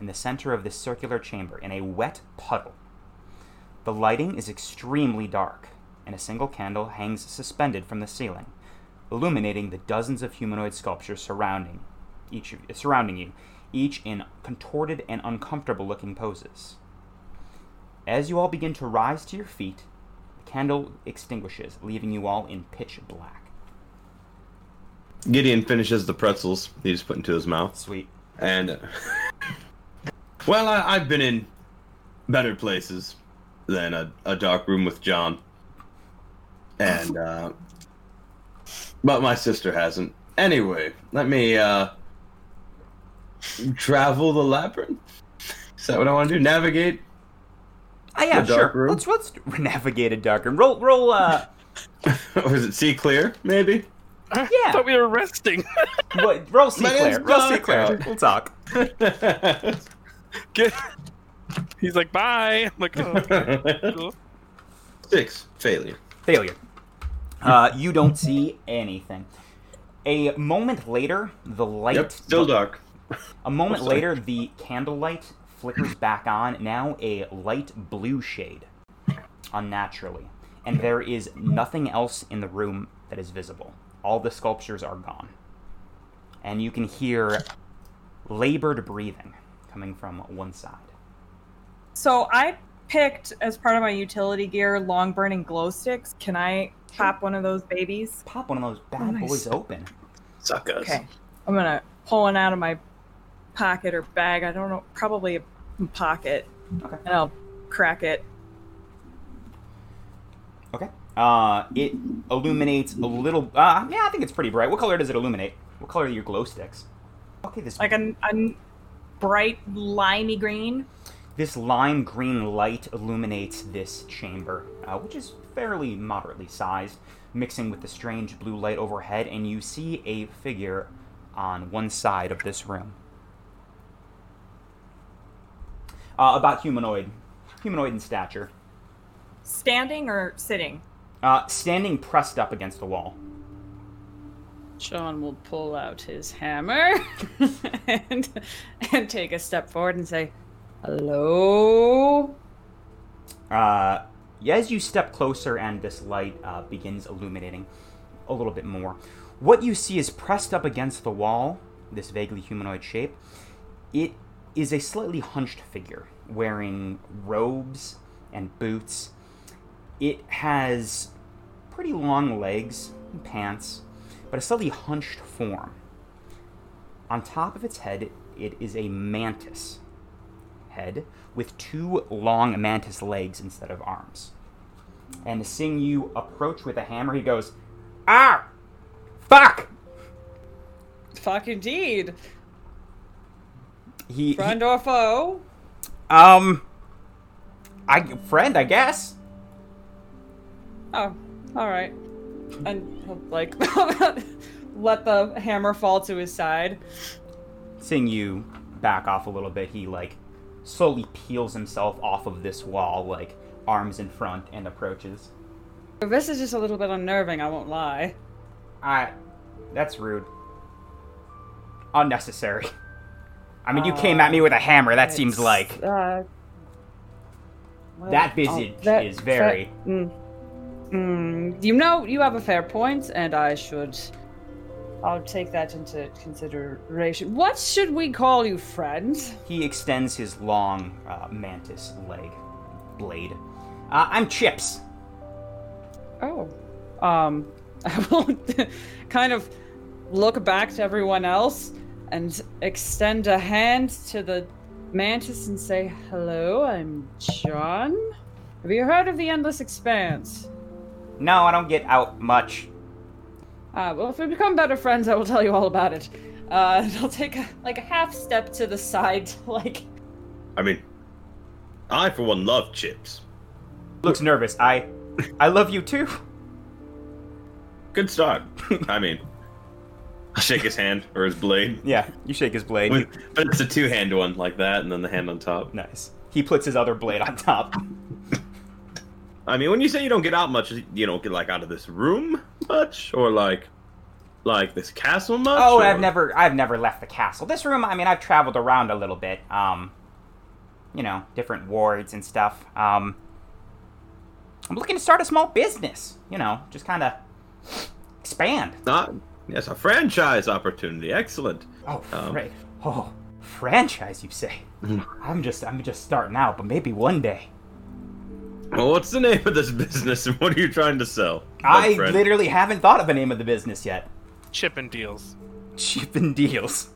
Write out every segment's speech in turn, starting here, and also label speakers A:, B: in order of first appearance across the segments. A: in the center of this circular chamber in a wet puddle. The lighting is extremely dark, and a single candle hangs suspended from the ceiling, illuminating the dozens of humanoid sculptures surrounding each surrounding you, each in contorted and uncomfortable looking poses. As you all begin to rise to your feet, the candle extinguishes, leaving you all in pitch black.
B: Gideon finishes the pretzels he just put into his mouth,
A: Sweet.
B: and uh, well, I, I've been in better places than a, a dark room with John, and uh, but my sister hasn't. Anyway, let me uh, travel the labyrinth. Is that what I want to do? Navigate
A: Ah, yeah,
B: A dark
A: sure.
B: room?
A: Let's let's navigate a dark room. Roll, roll. Uh,
B: Or is it sea clear? Maybe.
A: Yeah.
C: I thought we were resting.
A: what, roll C
B: My name's
A: Claire. Roll C
B: Doc.
A: Claire. We'll talk.
C: Get- He's like, bye. I'm like, oh, okay, cool.
B: Six failure.
A: Failure. Uh, you don't see anything. A moment later, the light.
B: Yep. Still dark.
A: A moment
B: Oh, sorry.
A: later, the candlelight flickers back on, now a light blue shade, unnaturally. And there is nothing else in the room that is visible. All the sculptures are gone. And you can hear labored breathing coming from one side.
D: So I picked as part of my utility gear long burning glow sticks. Can I pop one of those babies?
A: Pop one of those bad
D: Oh, nice.
A: boys open.
B: Suckers.
D: Okay. I'm gonna pull one out of my pocket or bag. I don't know, probably a pocket.
A: Okay.
D: And I'll crack it.
A: Okay. Uh, it illuminates a little. Uh, yeah, I think it's pretty bright. What color does it illuminate? What color are your glow sticks? Okay, this
D: Like a, a bright limey green.
A: This lime green light illuminates this chamber, uh, which is fairly moderately sized, mixing with the strange blue light overhead, and you see a figure on one side of this room. Uh, about humanoid, humanoid in stature,
D: Standing or sitting?
A: uh, standing pressed up against the wall.
E: Sean will pull out his hammer and and take a step forward and say, "Hello."
A: Uh, as you step closer and this light uh, begins illuminating a little bit more, what you see is pressed up against the wall, this vaguely humanoid shape. It is a slightly hunched figure wearing robes and boots. It has pretty long legs and pants, but a slightly hunched form. On top of its head, it is a mantis head with two long mantis legs instead of arms. And seeing you approach with a hammer, he goes, Ah! Fuck!
E: Fuck indeed.
A: He,
E: Friend or foe?
A: he- um, I friend, I guess.
E: Oh, all right. And he'll like let the hammer fall to his side.
A: Seeing you back off a little bit, he like slowly peels himself off of this wall, like arms in front, and approaches.
E: This is just a little bit unnerving. I won't lie.
A: I, that's rude. Unnecessary. I mean, you came at me with a hammer. That seems
E: It's,
A: like
E: uh, well,
A: Uh, That
E: oh,
A: visage
E: that-
A: is very-
E: that- mm, Mm, you know, you have a fair point, and I should. I'll take that into consideration. What should we call you, friend?
A: He extends his long uh, mantis leg blade. Uh, I'm Chips.
E: Oh. Um, I will kind of look back to everyone else and extend a hand to the mantis and say, Hello, I'm John. Have you heard of the Endless Expanse?
A: No, I don't get out much.
E: Uh, well, if we become better friends, I will tell you all about it. Uh, and I'll take a, like a half step to the side, to, like
B: I mean, I for one love chips.
A: Looks nervous. I, I love you too.
B: Good start. I mean, I shake his hand or his blade.
A: Yeah, you shake his blade.
B: With, but it's a two-hand one like that, and then the hand on top.
A: nice. He puts his other blade on top.
B: I mean, when you say you don't get out much, you don't get like out of this room much, or like Like this castle much?
A: Oh,
B: or-
A: I've never I've never left the castle. This room, I mean, I've traveled around a little bit. Um, you know, different wards and stuff. Um, I'm looking to start a small business. You know, just kind of expand.
B: Ah, yes, a franchise opportunity. Excellent.
A: Oh,
B: Um, Mm-hmm.
A: right. Oh, franchise, you say? I'm just I'm just starting out, but maybe one day.
B: Well, what's the name of this business, and what are you trying to sell?
A: I
B: my friend?
A: literally haven't thought of a name of the business yet.
C: Chip and deals.
A: Chip and deals.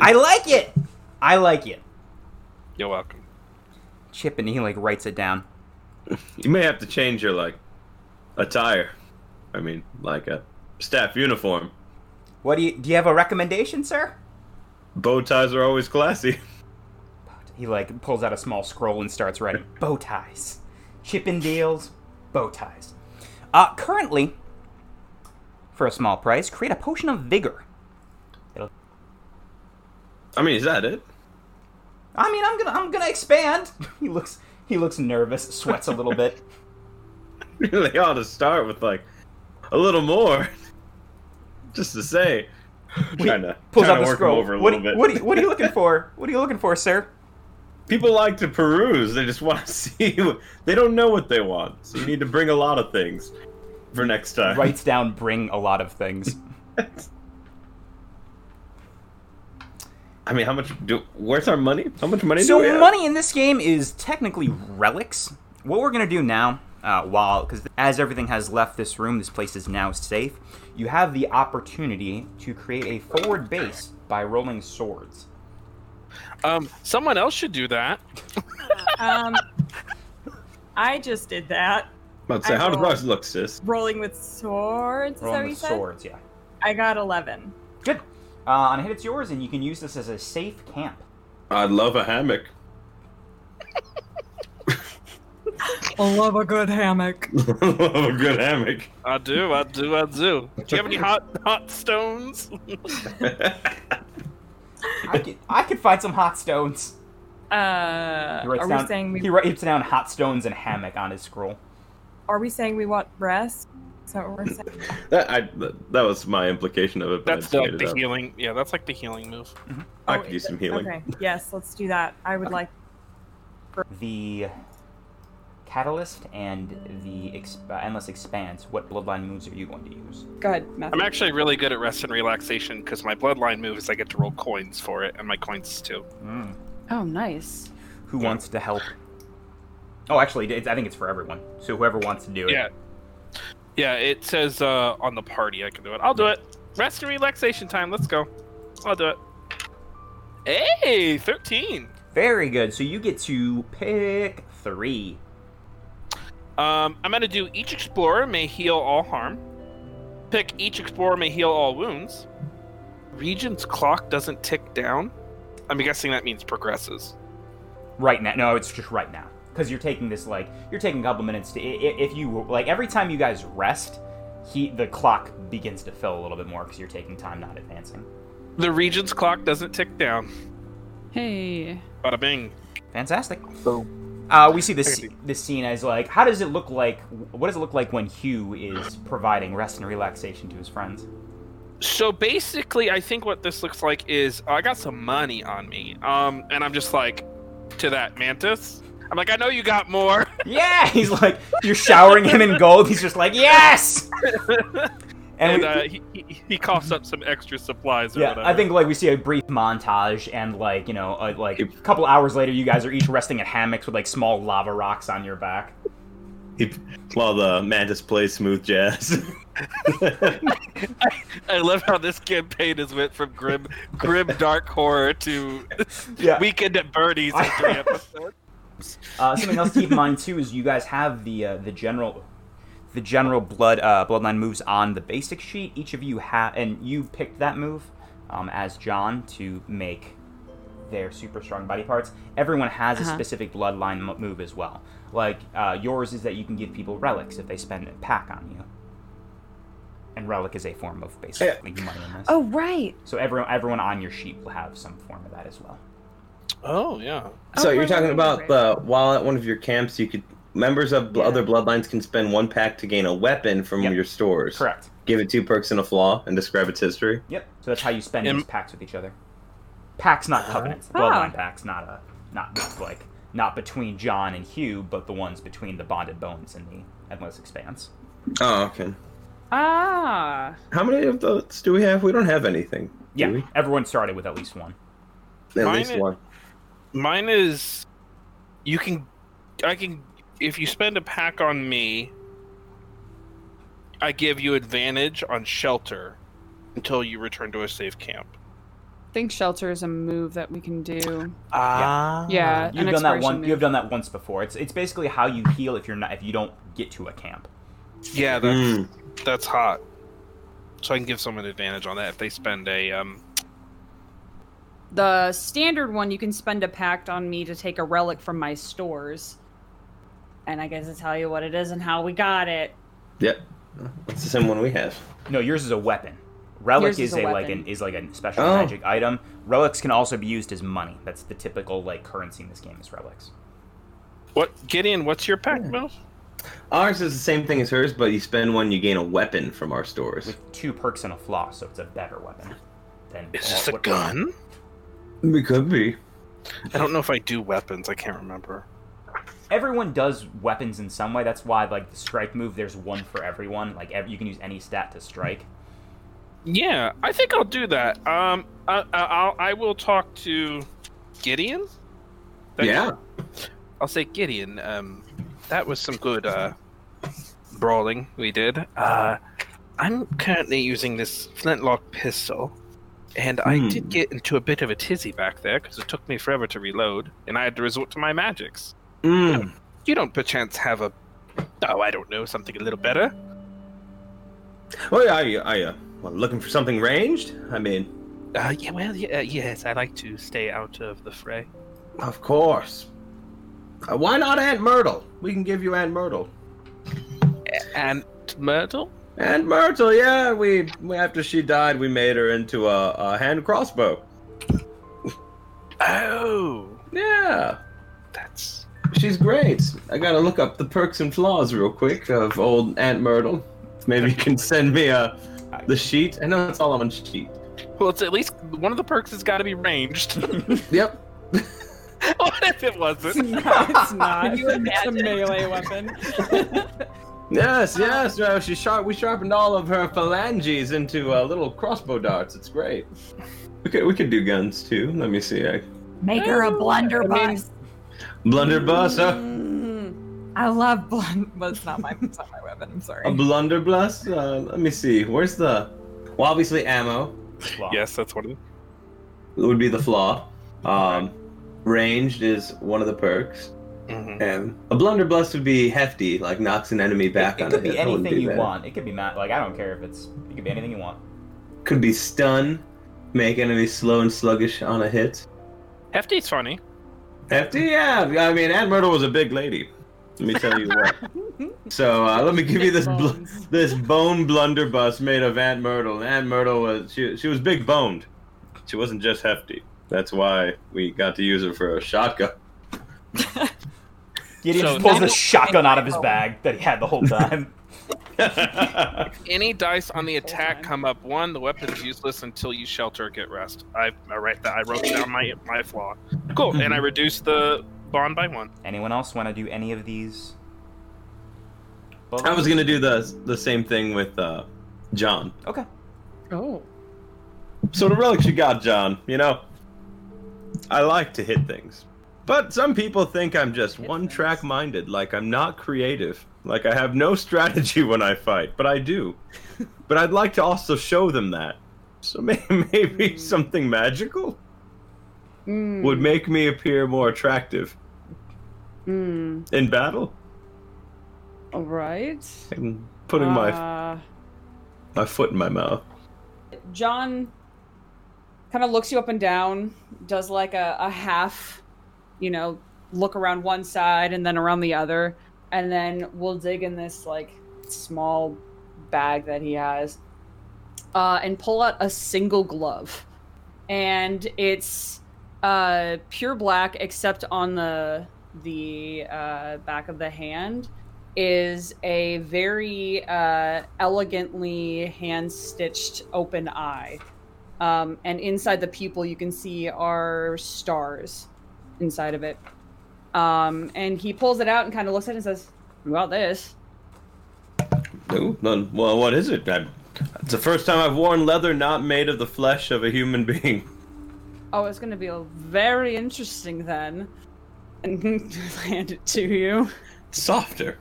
A: I like it. I like it.
C: You're welcome.
A: Chip and he like writes it down.
B: You may have to change your like attire. I mean, like a staff uniform.
A: What do you do? You have a recommendation, sir?
B: Bow ties are always classy.
A: He like pulls out a small scroll and starts writing bow ties, Chippendales, bow ties. Uh, currently, for a small price, create a potion of vigor.
B: I mean, is that it?
A: I mean, I'm gonna I'm gonna expand. He looks he looks nervous, sweats a little bit.
B: Really ought to start with like a little more, just to say. trying to,
A: Pulls
B: trying
A: out
B: to
A: the
B: work 'em
A: scroll.
B: over a
A: what,
B: little bit.
A: what, are you, what are you looking for? What are you looking for, sir?
B: People like to peruse. They just want to see. what- They don't know what they want, so you need to bring a lot of things for next time.
A: Writes down bring a lot of things.
B: I mean, how much do? Where's our money? How much money do we
A: So
B: have?
A: money in this game is technically relics. What we're gonna do now, uh, while because as everything has left this room, this place is now safe. You have the opportunity to create a forward base by rolling swords.
C: Um, someone else should do that.
D: Um, I just did that.
B: Let's say,
D: I
B: how does
D: roll-
B: ours look, sis?
D: Rolling with swords. Is that
A: Rolling
D: what you
A: with
D: said?
A: swords, yeah.
D: I got eleven.
A: Good. Uh, on a hit, it's yours, and you can use this as a safe camp.
B: I'd love a hammock.
D: Oh, I love a good hammock.
B: love a good hammock.
C: I do, I do, I do. Do you have any hot hot stones?
A: I could, I could find some hot stones.
D: Uh,
A: He writes
D: are
A: down.
D: we saying we?
A: He writes down hot stones and hammock on his scroll.
D: Are we saying we want rest? Is that what we're saying?
B: that, I, that, that was my implication of it. But
C: That's
B: I
C: the,
B: just made it
C: the
B: up.
C: healing. Yeah, that's like the healing move.
B: I
D: Oh,
B: could use
D: is
B: some
D: it-
B: healing.
D: Okay. Yes, let's do that. I would like.
A: the catalyst and the exp- uh, endless expanse what bloodline moves are you going to use
E: Go ahead, Matthew.
C: I'm actually really good at rest and relaxation because my bloodline move is I get to roll coins for it, and my coins too.
E: Oh, nice.
A: who wants to help oh actually it's, i think it's for everyone so whoever wants to do it
C: Yeah, yeah. It says uh, on the party I can do it. I'll do it. Rest and relaxation time. Let's go. I'll do it. Hey, thirteen.
A: very good so you get to pick three
C: Um, I'm gonna do each explorer may heal all harm. Pick each explorer may heal all wounds. Regent's clock doesn't tick down. I'm guessing that means progresses.
A: right now no it's just right now because you're taking this like you're taking a couple minutes to i- i- if you like every time you guys rest he the clock begins to fill a little bit more because you're taking time not advancing
C: The Regent's clock doesn't tick down.
E: Hey.
C: Bada bing.
A: fantastic
C: Boom.
A: Uh, we see this
C: Okay.
A: this scene as like, how does it look like? What does it look like when Hugh is providing rest and relaxation to his friends?
C: So basically, I think what this looks like is oh, I got some money on me, um, and I'm just like to that mantis. I'm like, I know you got more.
A: Yeah, he's like, you're showering him in gold. He's just like, yes. And,
C: And
A: we,
C: uh, he, he he coughs up some extra supplies. Or
A: yeah,
C: whatever.
A: I think like we see a brief montage, and like you know, uh, like a couple hours later, you guys are each resting in hammocks with like small lava rocks on your back.
B: He, while the mantis plays smooth jazz.
E: Oh,
C: I love how this campaign has went from grim, grim dark horror to
A: Yeah.
C: weekend at Bernie's in three episodes.
A: Uh, something else to keep in mind too is you guys have the uh, the general the general blood uh, bloodline moves on the basic sheet. Each of you have, and you picked that move um, as John to make their super strong body parts. Everyone has a
E: Uh-huh.
A: specific bloodline mo- move as well. Like uh, yours is that you can give people relics if they spend a pack on you, and relic is a form of basically money in this.
E: Oh, right.
A: So everyone everyone on your sheet will have some form of that as well.
C: Oh yeah.
B: so
E: Oh,
B: you're
E: right,
B: talking
E: right,
B: about
E: right.
B: the while at one of your camps, you could members of bl-
E: Yeah.
B: other bloodlines can spend one pack to gain a weapon from
A: Yep.
B: your stores.
A: Correct.
B: Give it two perks and a flaw and describe its history.
A: Yep. So that's how you spend
C: Am-
A: these packs with each other. Packs, not covenants.
E: Ah.
A: Bloodline packs, not a not, not like not between John and Hugh, but the ones between the bonded bones and the endless expanse.
B: Oh, okay.
E: Ah,
B: How many of those do we have? We don't have anything. do
A: Yeah,
B: we?
A: everyone started with at least one.
B: At
C: Mine
B: least
C: is-
B: one.
C: Mine is you can I can if you spend a pack on me I give you advantage on shelter until you return to a safe camp.
E: think shelter is a move that we can do.
A: Ah.
E: Yeah,
A: You've
E: an
A: done that
E: expiration
A: one.
E: move.
A: You've done that once before. It's it's basically how you heal if you're not if you don't get to a camp.
C: Yeah, that's
B: Mm.
C: that's hot. So I can give someone advantage on that if they spend a um
E: The standard one, you can spend a pact on me to take a relic from my stores. And I guess to tell you what it is and how we got it.
B: Yep. That's the same one we have.
A: No, yours is a weapon. Relic
E: Yours
A: is,
E: is
A: a,
E: a
A: like
E: weapon.
A: an is like a special
B: Oh.
A: magic item. Relics can also be used as money. That's the typical like currency in this game is relics.
C: what Gideon, what's your pack, Mel?
B: Ours is the same thing as hers, but you spend one, you gain a weapon from our stores.
A: With two perks and a flaw, so it's a better weapon than
C: Is
A: all-
C: this a
A: what-
C: gun?
B: We could be.
C: I don't know if I do weapons, I can't remember.
A: Everyone does weapons in some way. That's why like the strike move, there's one for everyone. Like ev- you can use any stat to strike.
C: Yeah, I think I'll do that. Um, I, I, I'll, I will talk to Gideon. That-
B: Yeah.
C: I'll say Gideon. Um, that was some good uh, brawling we did. Uh, I'm currently using this flintlock pistol, and I
B: Hmm.
C: did get into a bit of a tizzy back there because it took me forever to reload, and I had to resort to my magics.
B: Mm.
C: You don't perchance have a, oh, I don't know, something a little better.
B: Well, are you, are you uh, well, looking for something ranged? I mean,
C: Uh, yeah, well, yeah, uh, yes, I like to stay out of the fray.
B: of course. Uh, why not Aunt Myrtle? We can give you Aunt Myrtle.
C: And Myrtle.
B: Aunt Myrtle, yeah, we, we after she died, we made her into a, a hand crossbow.
C: Oh,
B: Yeah,
C: that's
B: she's great. I gotta look up the perks and flaws real quick of old Aunt Myrtle. Maybe you can send me uh the sheet. I know that's all on one sheet.
C: well. It's at least one of the perks has got to be ranged.
B: Yep.
C: what if it wasn't?
E: it's not.
D: Can you
E: it's a
D: imagine?
E: melee weapon.
B: Yes, yes. Uh, she sharp. We sharpened all of her phalanges into uh, little crossbow darts. It's great. We could we could do guns too. Let me see. I...
F: Make her a blunderbuss. I,
D: I mean-
B: Blunderbuss. Uh,
E: Mm,
D: love blunt, but it's not my it's not my weapon. I'm sorry.
B: a blunderbuss. Uh, let me see. Where's the? Well, obviously ammo
A: Flaw.
C: Yes, that's one of them.
B: would be the flaw. Um, ranged is one of the perks,
C: Mm-hmm.
B: and a blunderbuss would be hefty, like knocks an enemy back
A: It, it could
B: on a
A: be
B: hit. That wouldn't
A: anything you
B: bad.
A: want. It could be ma- like I don't care if it's it could be anything you want.
B: Could be stun, make enemies slow and sluggish on a hit.
C: Hefty's funny.
B: Hefty, yeah. I mean, Aunt Myrtle was a big lady. Let me tell you what. So uh, let me give you this bl-
E: bones.
B: this bone blunderbuss made of Aunt Myrtle. And Aunt Myrtle was she she was big boned. She wasn't just hefty. That's why we got to use her for a shotgun.
A: Gideon
C: So-
A: just pulls the shotgun out of his bag that he had the whole time.
C: Any dice on the attack
E: time.
C: come up one. The weapon's useless until you shelter or get rest. I, I write that. I wrote down my my flaw. Cool, and I reduce the bond by one.
A: Anyone else want to do any of these?
B: I was gonna do the the same thing with uh, John.
A: Okay.
E: Oh.
B: So the relics you got, John. You know, I like to hit things, but some people think I'm just
E: Hit
B: one
E: things.
B: track minded. Like I'm not creative. Like I have no strategy when I fight, but I do. but I'd like to also show them that. So may-
E: Hmm.
B: maybe something magical
E: Mm,
B: would make me appear more attractive
E: mm,
B: in battle.
E: all right.
B: I'm putting my
E: Uh,
B: my foot in my mouth.
E: John kind of looks you up and down, does like a, a half, you know, look around one side and then around the other, and then we'll dig in this like small bag that he has uh, and pull out a single glove. And it's uh, pure black except on the the uh, back of the hand is a very uh, elegantly hand stitched open eye. Um, and inside the pupil, you can see are stars inside of it. Um, and he pulls it out and kind of looks at it and says, Well, this.
B: Ooh, none- well, what is it? I, it's the first time I've worn leather not made of the flesh of a human being.
E: Oh, it's going to be a very interesting then. And hand it to you.
B: Softer.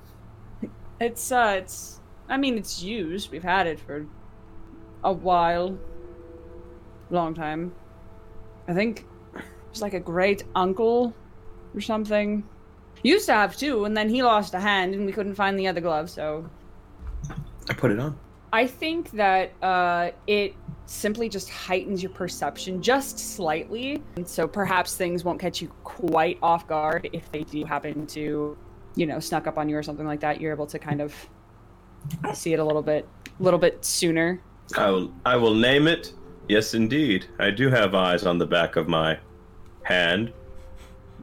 E: It's uh, it's. I mean, it's used. We've had it for a while, long time. I think it's like a great uncle or something. Used to have two, and then he lost a hand, and we couldn't find the other glove. So
B: I put it on.
E: I think that uh, it simply just heightens your perception just slightly. And so perhaps things won't catch you quite off guard if they do happen to, you know, snuck up on you or something like that. You're able to kind of see it a little bit, a little bit sooner.
B: I will. I will name it. Yes, indeed. I do have eyes on the back of my hand.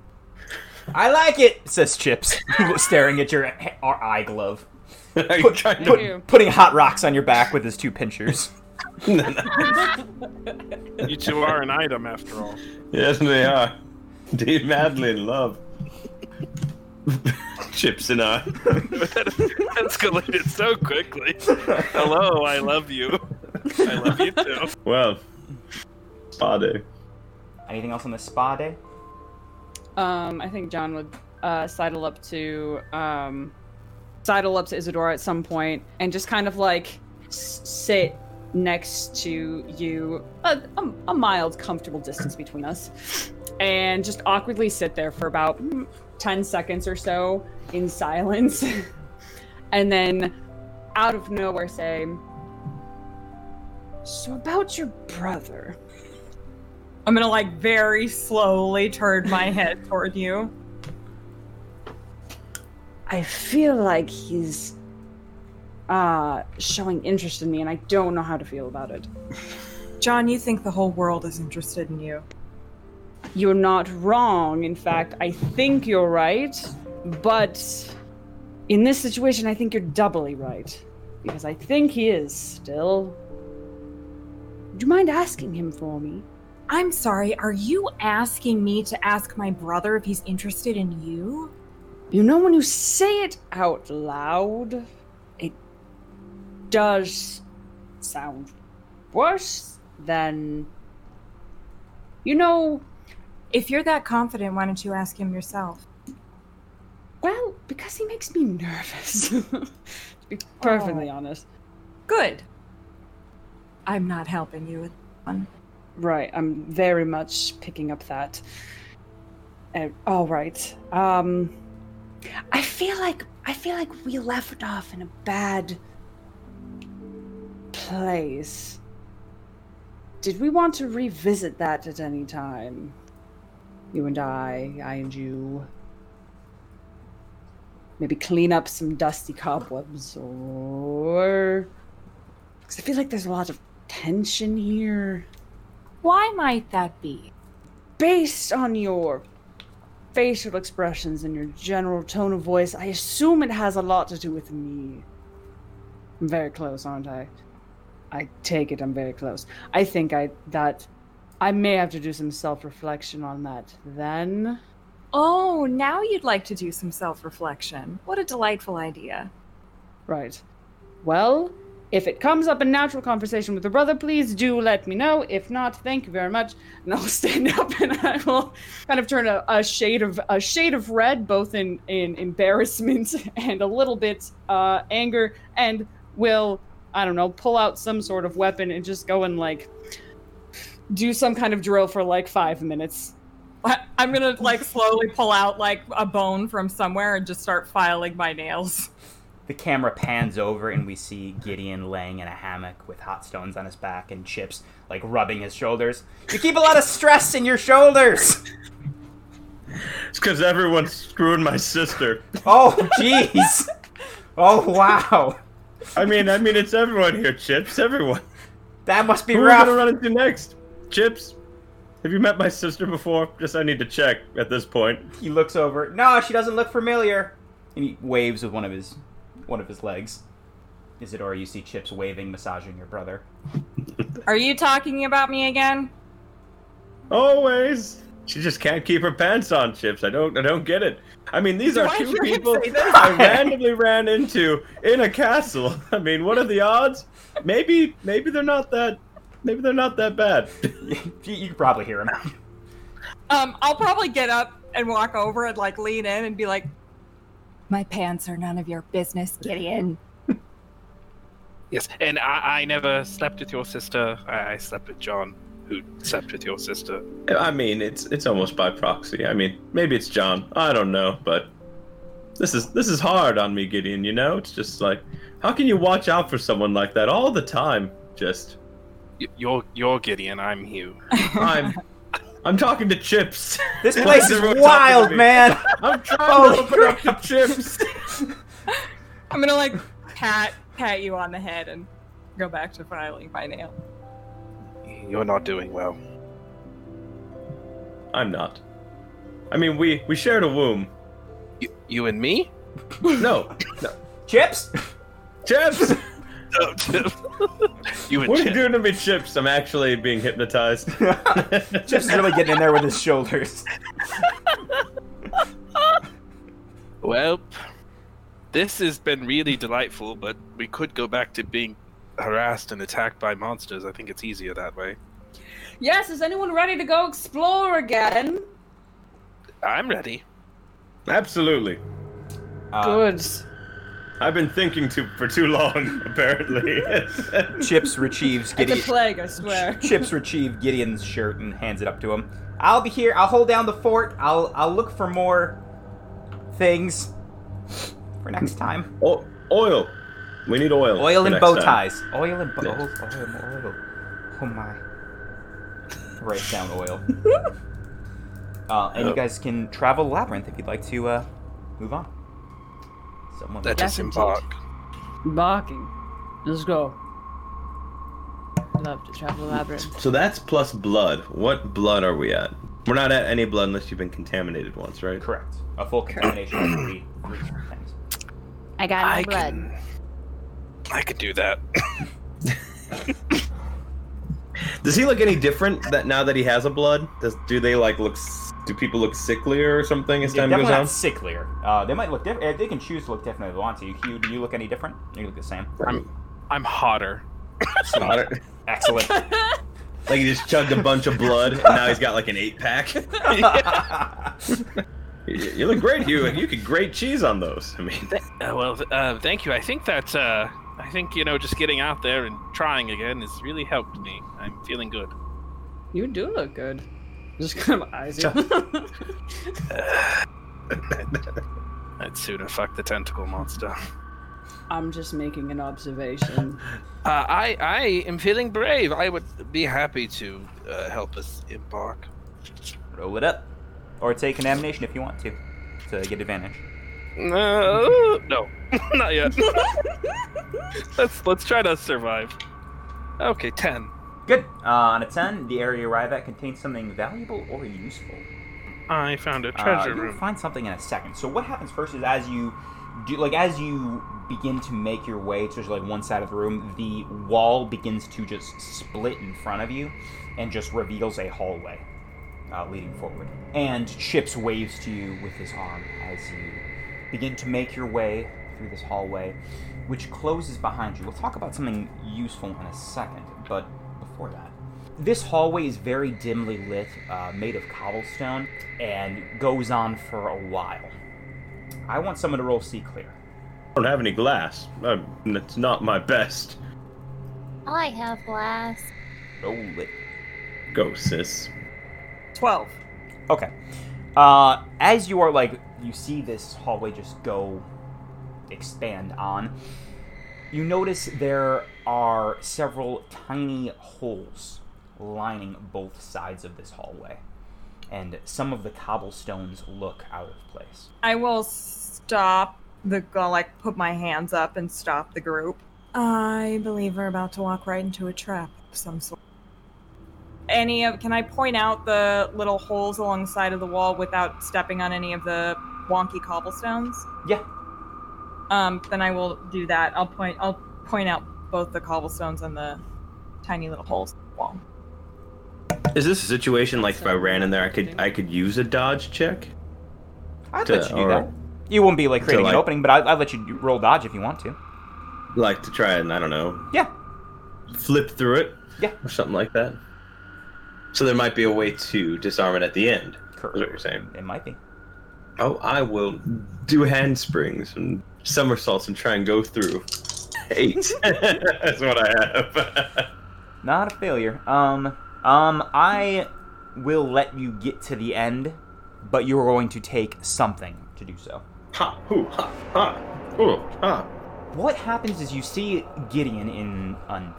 A: I like it, says Chips, staring at your he- our eye glove.
B: Are you
A: Put-
B: trying
E: Thank
B: to?
E: you.
A: Putting hot rocks on your back with his two pinchers.
C: You two are an item after all.
B: yes, they are. Deep madly in love. Chips and I.
C: that escalated so quickly. Hello, I love you. I love you too.
B: Well, spa day.
A: Anything else on the spa day?
E: Um, I think John would uh, sidle up to um, sidle up to Isadora at some point and just kind of like s- sit next to you, a, a, a mild, comfortable distance between us, and just awkwardly sit there for about mm, ten seconds or so in silence, and then out of nowhere say, "So about your brother."
D: I'm gonna like very slowly turn my head toward you.
E: I feel like he's uh showing interest in me and I don't know how to feel about it.
D: John, you think the whole world is interested in you.
E: You're not wrong. In fact, I think you're right, but in this situation I think you're doubly right because I think he is still Would you mind asking him for me?
F: I'm sorry, are you asking me to ask my brother if he's interested in you?
E: You know when you say it out loud, it does sound worse than you know
F: If you're that confident, why don't you ask him yourself?
E: Well, because he makes me nervous. to be perfectly honest.
F: Good. I'm not helping you with that one.
E: Right, I'm very much picking up that. Uh, all right. Um I feel like I feel like we left off in a bad place. Did we want to revisit that at any time? You and I, I and you. Maybe clean up some dusty cobwebs or because I feel like there's a lot of tension here
F: Why might that be?
E: based on your facial expressions and your general tone of voice, I assume it has a lot to do with me. I'm very close, aren't I? I take it I'm very close. I think I that I may have to do some self-reflection on that then.
F: Oh, now you'd like to do some self reflection. What a delightful idea.
E: Right. Well, if it comes up in natural conversation with the brother, please do let me know. If not, thank you very much. And I'll stand up and I will kind of turn a, a shade of a shade of red, both in in embarrassment and a little bit uh, anger, and will I don't know pull out some sort of weapon and just go and like do some kind of drill for like five minutes.
D: I- I'm gonna like slowly pull out like a bone from somewhere and just start filing my nails.
A: The camera pans over and we see Gideon laying in a hammock with hot stones on his back and Chips like rubbing his shoulders. You keep a lot of stress in your shoulders.
B: It's because everyone's screwing my sister.
A: Oh jeez. Oh wow.
B: I mean, I mean, it's everyone here, Chips. Everyone.
A: That must be
B: Who are we gonna
A: rough.
B: run into next? Chips. Have you met my sister before? Just I need to check at this point.
A: He looks over. No, she doesn't look familiar. And he waves with one of his one of his legs. Isidore, you see Chips waving, massaging your brother.
D: Are you talking about me again?
B: Always. She just can't keep her pants on, Chips. I don't. I don't get it. I mean, these are
D: Why
B: two
D: did you
B: people
D: say that?
B: I randomly ran into in a castle. I mean, what are the odds? Maybe. Maybe they're not that. Maybe they're not that bad.
A: you, you can probably hear him.
D: Um, I'll probably get up and walk over and like lean in and be like,
F: My pants are none of your business, Gideon.
C: Yes, and I, I never slept with your sister. I, I slept with John, who slept with your sister.
B: I mean, it's it's almost by proxy. I mean, maybe it's John. I don't know, but this is this is hard on me, Gideon. You know, it's just like, how can you watch out for someone like that all the time? Just
C: Y- you're you're Gideon. I'm Hugh.
B: I'm I'm talking to Chips.
A: This place is
B: Everyone's
A: wild,
B: talking to me.
A: man.
B: I'm trying
A: Holy
D: Oh,
B: to open up the Chips.
D: I'm gonna like pat pat you on the head and go back to filing my nail.
C: You're not doing well.
B: I'm not. I mean, we we shared a womb.
C: You, you and me?
B: No,
A: Chips?
B: Chips.
C: you and
B: What are you
C: Chip.
B: doing to me, Chips? I'm actually being hypnotized.
A: Chips is really getting in there with his shoulders.
C: Well, this has been really delightful, but we could go back to being harassed and attacked by monsters. I think it's easier that way.
E: Yes, is anyone ready to go explore again?
C: I'm ready.
B: Absolutely.
A: Uh,
E: Good.
B: I've been thinking too for too long, apparently.
A: Chips retrieves
E: It's a
A: Gideon.
E: plague, I swear.
A: Chips retrieves Gideon's shirt and hands it up to him. I'll be here. I'll hold down the fort. I'll I'll look for more things for next time.
B: O- oil. We need oil.
A: Oil
B: for
A: and
B: next
A: bow
B: time.
A: ties. Oil and bow.
B: Yeah.
A: Oil, oil, oil. Oh my. Write down oil. uh, and you guys can travel labyrinth if you'd like to uh, move on. Someone.
C: Let
E: Yes,
C: us embark.
E: Barking. Let's go. Love to travel labyrinth.
B: So that's plus blood. What blood are we at? We're not at any blood unless you've been contaminated once, right?
A: Correct. A full contamination of three, three things.
G: I got no
C: I
G: blood.
C: can. I could do that.
B: Does he look any different that now that he has a blood? Does do they like look? s- Do people look sicklier or something as
A: Yeah,
B: time goes
A: definitely
B: on?
A: not sicklier. Uh, they might look different. They can choose to look different if they want to. You, do you look any different? You look the same.
C: I'm I'm hotter.
B: Not-
A: Excellent.
B: like he just chugged a bunch of blood and now he's got like an eight pack. You, you look great, Hugh, and you could grate cheese on those. I mean,
C: Uh, well, th- uh, thank you. I think that uh, I think you know just getting out there and trying again has really helped me. I'm feeling good.
E: You do look good. Just kind of eyes you.
C: I'd sooner fuck the tentacle monster.
E: I'm just making an observation.
C: Uh, I I am feeling brave. I would be happy to uh, help us embark.
A: Roll it up, or take contamination if you want to, to get advantage.
C: No, no, not yet. let's let's try to survive. Okay, ten.
A: Good. Uh, on a ten, the area you arrive at contains something valuable or useful.
C: I found a
A: Uh,
C: treasure
A: you'll
C: room.
A: find something in a second. So what happens first is as you do, like as you begin to make your way to like one side of the room, the wall begins to just split in front of you, and just reveals a hallway uh, leading forward. And Chips waves to you with his arm as you begin to make your way through this hallway, which closes behind you. We'll talk about something useful in a second, but before that. This hallway is very dimly lit, uh, made of cobblestone, and goes on for a while. I want someone to roll C clear.
B: I don't have any glass. Um, It's not my best.
G: I have glass.
A: Roll it.
B: Go, sis.
D: Twelve.
A: Okay. Uh, as you are like, you see this hallway just go expand on. You notice there are several tiny holes lining both sides of this hallway, and some of the cobblestones look out of place.
D: I will stop the I'll, like put my hands up and stop the group.
F: I believe we're about to walk right into a trap of some sort.
D: Any of can I point out the little holes alongside of the wall without stepping on any of the wonky cobblestones?
A: Yeah.
D: um, then I will do that. I'll point. I'll point out both the cobblestones and the tiny little holes in the wall.
B: Is this a situation like if I ran in there, I could I could use a dodge check?
A: I'd
B: To-
A: let you do
B: or-
A: that. You won't be like creating an
B: like-
A: opening, but I'd, I'd let you do- roll dodge if you want to.
B: Like to try and I don't know
A: Yeah,
B: flip through it,
A: Yeah.
B: or something like that. So there might be a way to disarm it at the end.
A: Correct.
B: Is what you're saying?
A: it might be.
B: Oh, I will do handsprings and somersaults and try and go through. Eight. That's what I have.
A: Not a failure. Um, um, I will let you get to the end, but you are going to take something to do so.
B: ha, hoo, ha, ha, ooh, ha.
A: What happens is you see Gideon in an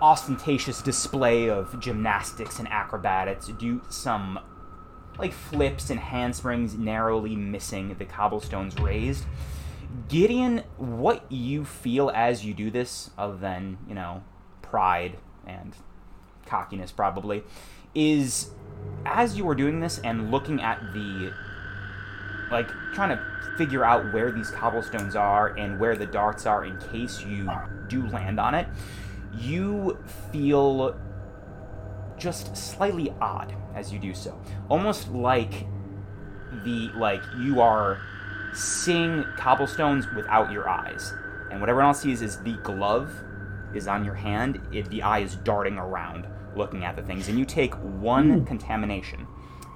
A: ostentatious display of gymnastics and acrobatics do some like flips and handsprings, narrowly missing the cobblestones raised. Gideon, what you feel as you do this, other than, you know, pride and cockiness probably, is as you are doing this and looking at the like trying to figure out where these cobblestones are and where the darts are in case you do land on it, you feel just slightly odd as you do so. Almost like the like you are seeing cobblestones without your eyes. And what everyone else sees is the glove is on your hand, it, the eye is darting around looking at the things and you take one contamination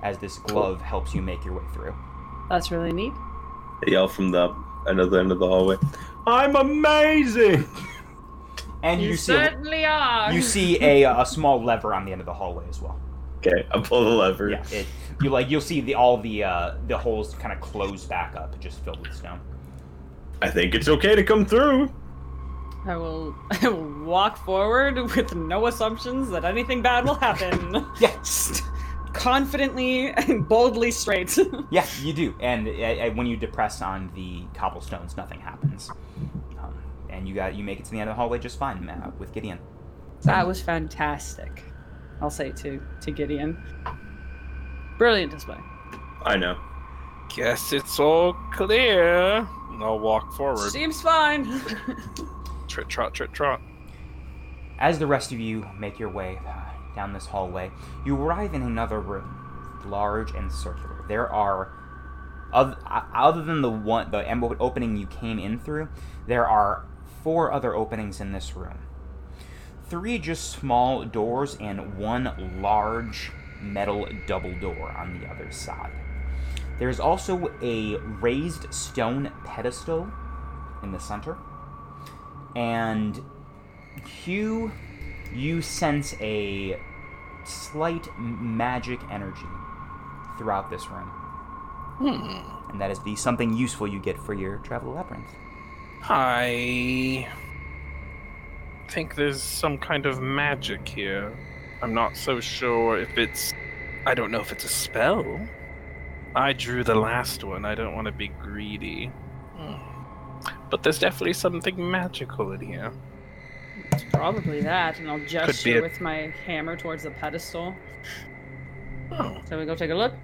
A: as this glove helps you make your way through.
E: That's really neat.
B: I yell from the another end of the hallway. I'm amazing.
A: And you, see a,
E: are.
A: you see a, uh, a small lever on the end of the hallway as well.
B: Okay, I pull the lever.
A: Yeah, it, you like you'll see the all the uh, the holes kind of close back up, just filled with stone.
B: I think it's okay to come through.
E: I will. I will walk forward with no assumptions that anything bad will happen.
A: Yeah.
E: Just confidently and boldly straight.
A: Yeah, you do. And uh, uh, when you depress on the cobblestones, nothing happens. Um, and you got you make it to the end of the hallway just fine uh, with Gideon.
E: that was fantastic. I'll say to to Gideon. Brilliant display.
B: I know.
C: Guess it's all clear. And I'll walk forward.
E: Seems fine.
C: Trot, trot, trot, trot.
A: As the rest of you make your way uh, down this hallway, you arrive in another room, large and circular. There are, oth- o- other than the one, the em- opening you came in through, there are four other openings in this room. Three just small doors and one large metal double door on the other side. There's also a raised stone pedestal in the center. And Hugh, you sense a slight m- magic energy throughout this room.
C: Hmm.
A: And that is the something useful you get for your travel labyrinth.
C: I think there's some kind of magic here. I'm not so sure if it's. I don't know if it's a spell. I drew the last one. I don't want to be greedy. Hmm. But there's definitely something magical in here.
E: It's probably that, and I'll gesture
C: a-
E: with my hammer towards the pedestal.
C: Oh,
E: So we go take a look.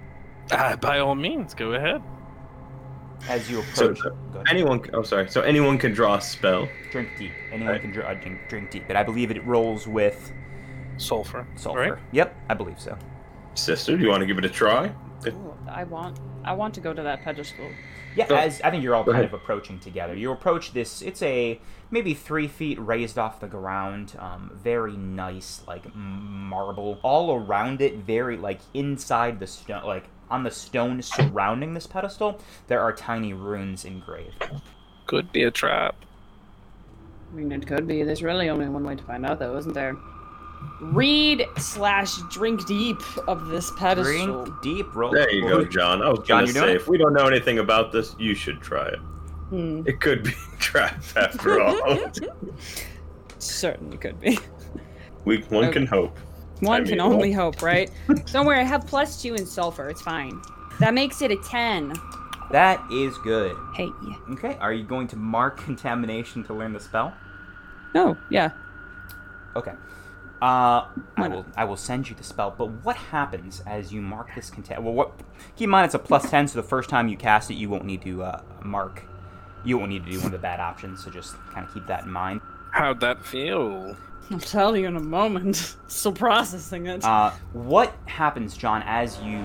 C: uh, by all means, go ahead.
A: As you
B: So,
A: approach, go ahead.
B: Anyone. I'm oh, sorry. So anyone can draw a spell.
A: drink deep. Anyone can dr- uh, drink, drink deep, but I believe it rolls with
C: Sulfur.
A: sulfur. Yep, I believe so.
B: Sister, do you want to give it a try?
E: Ooh, I want. I want to go to that pedestal.
A: Yeah,
B: Go-
A: as I think you're all
B: go
A: kind
B: ahead.
A: of approaching together. You approach this. It's a maybe three feet raised off the ground. Um, very nice, like m- marble all around it. Very like inside the stone, like on the stone surrounding this pedestal, there are tiny runes engraved.
C: Could be a trap.
E: I mean, it could be. There's really only one way to find out, though, isn't there? Read slash drink deep of this pedestal.
A: Drink deep. Roll.
B: There you go,
A: roll-
B: John. I was
A: John,
B: gonna
A: you doing
B: say
A: it?
B: if we don't know anything about this, you should try it.
E: Hmm,
B: It could be a trap after all.
E: certainly could be.
B: we one can hope.
E: One
B: I
E: can
B: mean,
E: only hope, right? Don't worry, I have plus two in sulfur. It's fine. That makes it a ten.
A: That is good.
E: Hey.
A: Okay. Are you going to mark contamination to learn the spell?
E: No. Oh, Yeah.
A: Okay. Uh, I
E: Why not?
A: will. I will send you the spell. But what happens as you mark this content? Well, what? Keep in mind it's a plus ten, so the first time you cast it, you won't need to uh, mark You won't need to do one of the bad options, so just kind of keep that in mind.
C: How'd that feel?
E: I'll tell you in a moment. Still processing it.
A: Uh, what happens, John, as you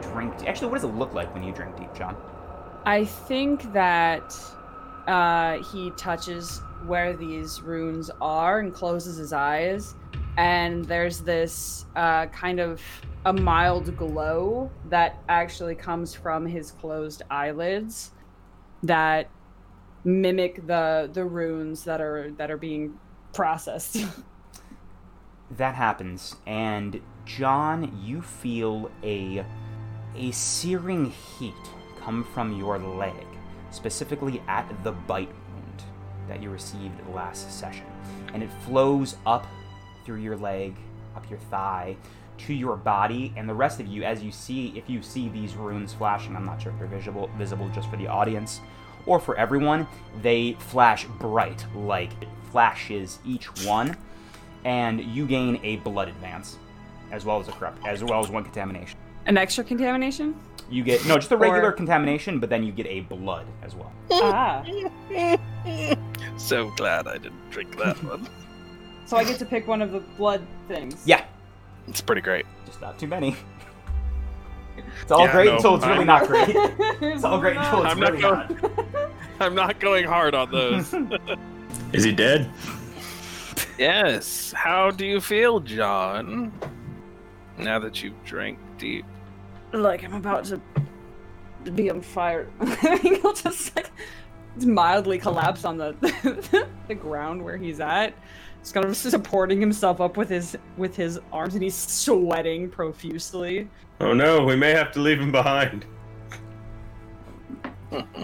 A: drink? Actually, what does it look like when you drink deep, John?
E: I think that uh, he touches where these runes are and closes his eyes, and there's this uh, kind of a mild glow that actually comes from his closed eyelids that mimic the the runes that are that are being processed.
A: That happens, and John, you feel a a searing heat come from your leg, specifically at the bite wound that you received last session, and it flows up through your leg, up your thigh, to your body, and the rest of you. As you see, if you see these runes flashing, I'm not sure if they're visible visible just for the audience or for everyone, they flash bright like it flashes each one, and you gain a blood advance, as well as a corrupt, as well as one contamination.
E: An extra contamination?
A: You get no, just a regular
E: Or-
A: contamination, but then you get a blood as well.
E: ah.
C: So glad I didn't drink that one.
E: So I get to pick one of the blood things.
A: Yeah,
C: It's pretty great.
A: just not too many. It's all
C: Yeah,
A: great
C: no,
A: until it's really
C: I'm-
A: not great.
E: it's
A: It's all great until it's
C: I'm not
A: really
C: going-
A: not.
C: I'm not going hard on those.
B: Is he dead?
C: yes. How do you feel, John? Now that you've drank deep.
E: like I'm about to to be on fire. He'll just like mildly collapse on the the ground where he's at. He's kind of supporting himself up with his with his arms, and he's sweating profusely.
B: Oh no, we may have to leave him behind.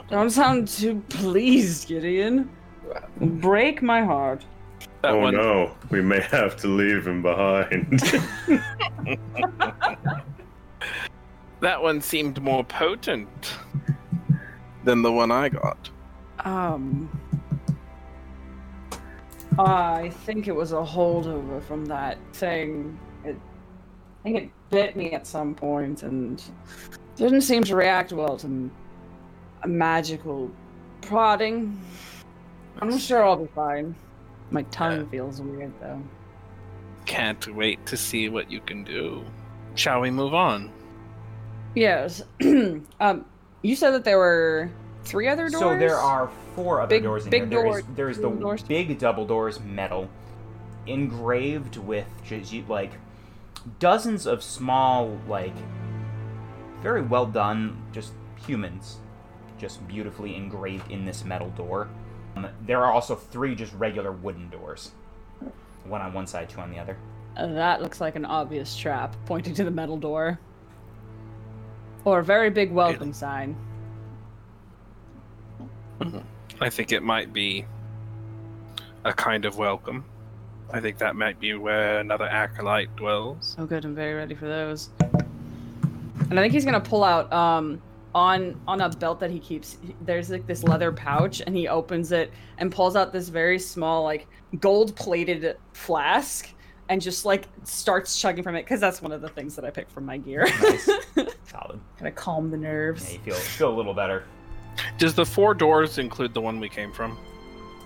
E: Don't sound too pleased, Gideon. Break my heart.
C: That
B: oh
C: one.
B: no, we may have to leave him behind.
C: That one seemed more potent than the one I got.
E: Um. I think it was a holdover from that thing. It, I think it bit me at some point and didn't seem to react well to m- magical prodding. I'm sure I'll be fine. My tongue feels weird though.
C: Can't wait to see what you can do. Shall we move on?
E: Yes. um, you said that there were three other doors.
A: So there are four other
E: Big-
A: doors in
E: big
A: here. There is,
E: door-
A: there is the
E: double doors.
A: big double doors, metal, engraved with just you- like dozens of small, like very well done, just humans, just beautifully engraved in this metal door. Um, there are also three just regular wooden doors, one on one side, two on the other.
E: Uh, That looks like an obvious trap, pointing to the metal door. Or a very big welcome sign.
C: I think it might be a kind of welcome. I think that might be where another acolyte dwells.
E: Oh, good, I'm very ready for those. And I think he's gonna pull out um on on a belt that he keeps. There's like this leather pouch, and he opens it and pulls out this very small, like gold-plated flask, and just like starts chugging from it because that's one of the things that I pick from my gear.
A: Nice. Solid.
E: Kind of calm the
A: Yeah,
E: nerves.
A: you feel feel a little better.
C: Does the four doors include the one we came from?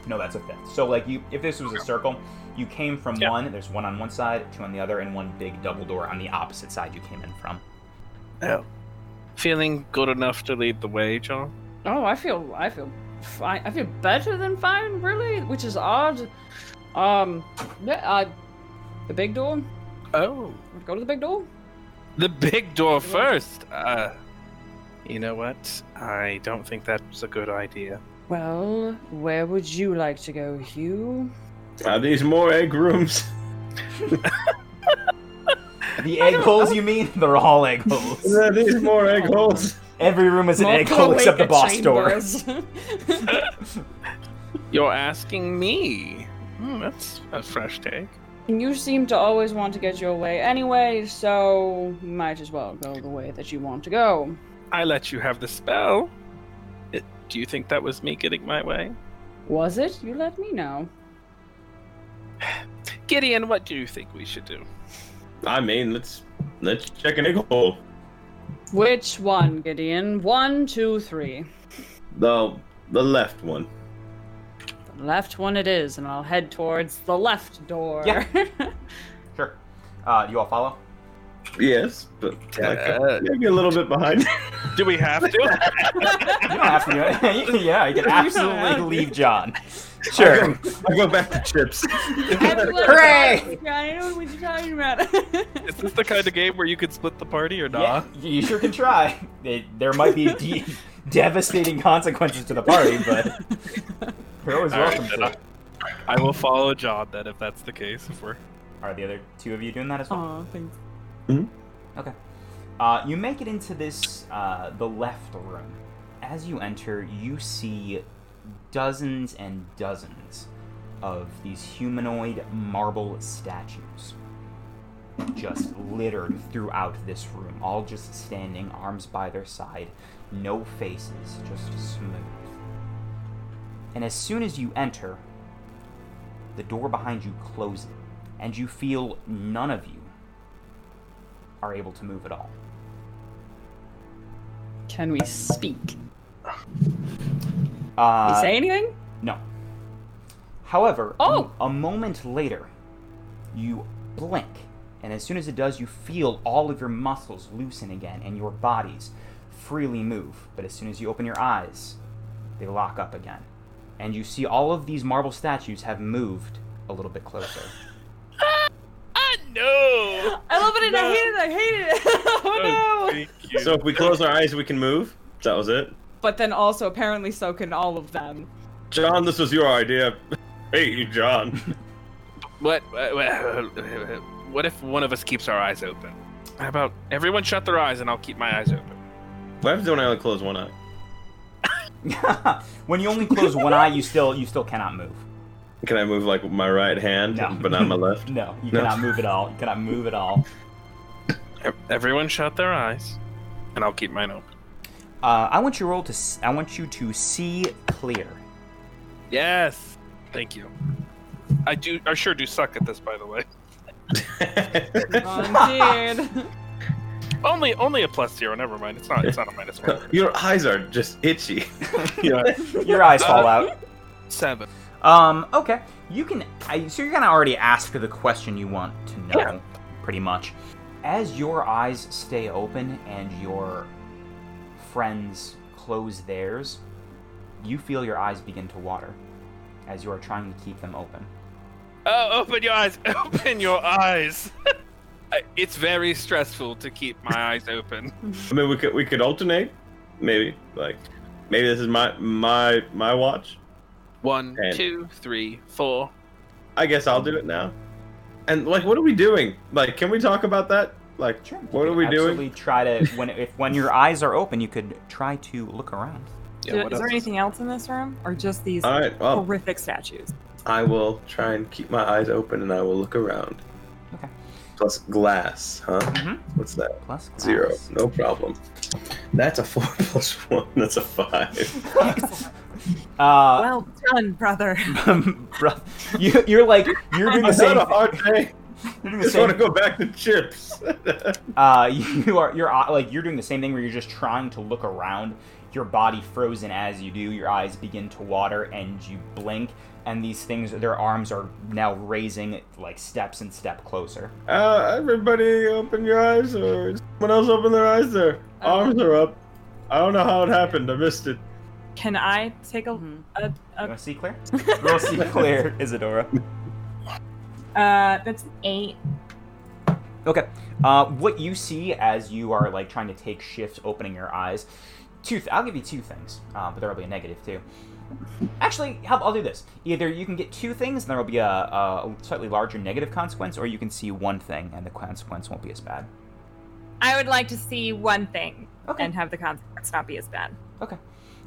A: No, that's a fifth. So like you, if this was a circle, you came from
C: Yeah.
A: one. There's one on one side, two on the other, and one big double door on the opposite side you came in from.
C: Feeling good enough to lead the way, John?
E: Oh, I feel I feel fine. I feel better than fine, really, which is odd. Um, yeah, uh, the big door.
C: Oh,
E: Go to the big door.
C: the big door first. Uh, you know what? I don't think that's a good idea.
E: Well, where would you like to go, Hugh?
B: Are these more egg rooms?
A: The egg holes, you mean? They're all egg holes.
B: Are these more egg holes?
A: Every room is an egg hole except the boss door.
E: door.
C: You're asking me. Hmm, that's a fresh take.
E: you seem to always want to get your way anyway, so might as well go the way that you want to go.
C: I let you have the spell. It, do you think that was me getting my way?
E: Was it? You let me know.
C: Gideon, what do you think we should do?
B: I mean, let's let's check an egg hole.
E: Which one, Gideon? One, two, three.
B: The The left one.
E: The left one it is, and I'll head towards the left door.
A: Yeah. Sure. Uh, you all follow?
B: Yes, but like, maybe a little bit behind.
C: Do we have to?
A: You don't have to. do it. yeah, you can absolutely leave John. Sure.
B: I go back to chips.
E: Everyone-
A: Hooray!
E: Yeah, I know what you're talking about.
C: Is this the kind of game where you could split the party or
A: Yeah,
C: not?
A: you sure can try. It, there might be de- devastating consequences to the party, but you're always
C: All right,
A: welcome
C: then
A: to.
C: I- I will follow John then if that's the case. If we're
A: Are the other two of you doing that as well?
E: Aw, thanks.
A: Okay. Uh, you make it into this uh, the left room. As you enter, you see dozens and dozens of these humanoid marble statues, just littered throughout this room, all just standing, arms by their side, no faces, just smooth. And as soon as you enter, the door behind you closes, and you feel none of you are able to move at all.
E: Can we speak?
A: Uh,
E: we say anything?
A: No. However,
E: Oh!
A: a moment later, you blink, and as soon as it does, you feel all of your muscles loosen again and your bodies freely move. But as soon as you open your eyes, they lock up again. And you see all of these marble statues have moved a little bit closer.
C: I know.
E: I love it and I hate it. I hate it. oh no!
B: so if we close our eyes, we can move. That was it.
E: But then also apparently so can all of them.
B: John, this was your idea. Hey, you, John.
C: What, what? What if one of us keeps our eyes open? How about everyone shut their eyes and I'll keep my eyes open?
B: What happens when I only close one eye?
A: when you only close one eye, you still you still cannot move.
B: Can I move like my right hand,
A: No.
B: but not my left?
A: No, you
B: No.
A: cannot move at all. You cannot move at all.
C: Ev- Everyone shut their eyes, and I'll keep mine open.
A: Uh, I want you roll to. s- I want you to see clear.
C: Yes. Thank you. I do. I sure do suck at this, by the way.
E: Um, Oh, Indeed.
C: Only, only a plus zero. Never mind. It's not. It's not a minus one.
B: your eyes are just itchy.
A: Your eyes fall out.
C: Seven.
A: Um, okay. You can. I, so you're gonna already ask the question you want to know, pretty much. As your eyes stay open and your friends close theirs, you feel your eyes begin to water as you are trying to keep them open.
C: Oh, open your eyes. Open your eyes. I- it's very stressful to keep my eyes open.
B: I mean, we could we could alternate, maybe. Like, maybe this is my my my watch.
C: One,
B: And-
C: two, three, four.
B: I guess I'll do it now. And like, what are we doing? Like, can we talk about that? Like, what
A: You
B: are
A: could
B: we
A: absolutely
B: doing?
A: Try to when if when your eyes are open, you could try to look around.
D: Do-
C: what
D: is there
C: else? Uh, oh.
D: anything else in this room, or just these
B: All right. Well,
D: horrific statues?
B: I will try and keep my eyes open, and I will look around.
A: Okay.
B: Plus glass, huh?
A: Mhm.
B: What's that?
A: Plus glass.
B: Zero. No problem. That's a four plus one. That's a five.
A: Uh,
D: Well done, brother.
A: bruh, you, you're like you're doing the
B: It's not
A: same.
B: a hard day.
A: You're doing the
B: Just want
A: same
B: to go back to chips.
A: uh, you are you're uh, like you're doing the same thing where you're just trying to look around your body frozen as you do your eyes begin to water and you blink and these things their arms are now raising like steps and step closer
B: Uh, everybody open your eyes, or someone else open their eyes there. Arms are up. I don't know how it happened. I missed it.
D: Can I take
F: Mm-hmm.
D: a? a,
E: Mhm.
A: you
D: a
A: want to see clear we'll see clear isadora
D: uh, that's an eight.
A: Okay. Uh, what you see as you are like trying to take shifts, opening your eyes. Two. Th- I'll give you two things, uh, but there'll be a negative too. Actually, how, I'll do this. Either you can get two things, and there will be a, a slightly larger negative consequence, or you can see one thing, and the consequence won't be as bad.
D: I would like to see one thing
A: Okay.
D: and have the consequence not be as bad.
A: Okay.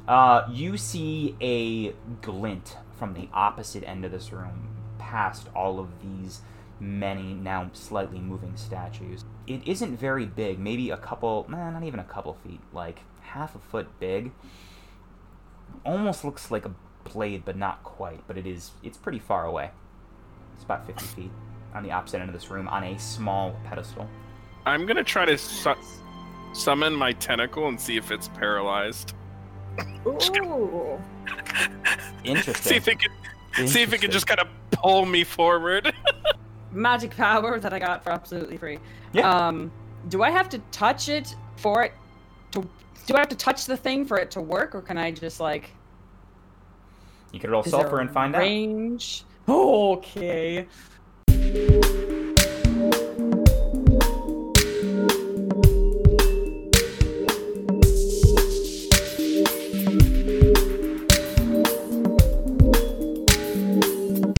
A: Uh, you see a glint from the opposite end of this room, past all of these many now slightly moving statues. It isn't very big, maybe a couple, nah, not even a couple feet, like half a foot big. Almost looks like a blade, but not quite. But it is, it's pretty far away. It's about 50 feet on the opposite end of this room on a small pedestal.
C: I'm gonna try to su- summon my tentacle and see if it's paralyzed.
F: Ooh.
C: See
A: Interesting.
C: if it can, see if it
A: Interesting.
C: can just kind of pull me forward.
E: magic power that I got for absolutely free.
A: Yeah.
E: Um, do I have to touch it for it to? Do I have to touch the thing for it to work, or can I just like
A: you could roll sulfur and find out.
E: range? Okay.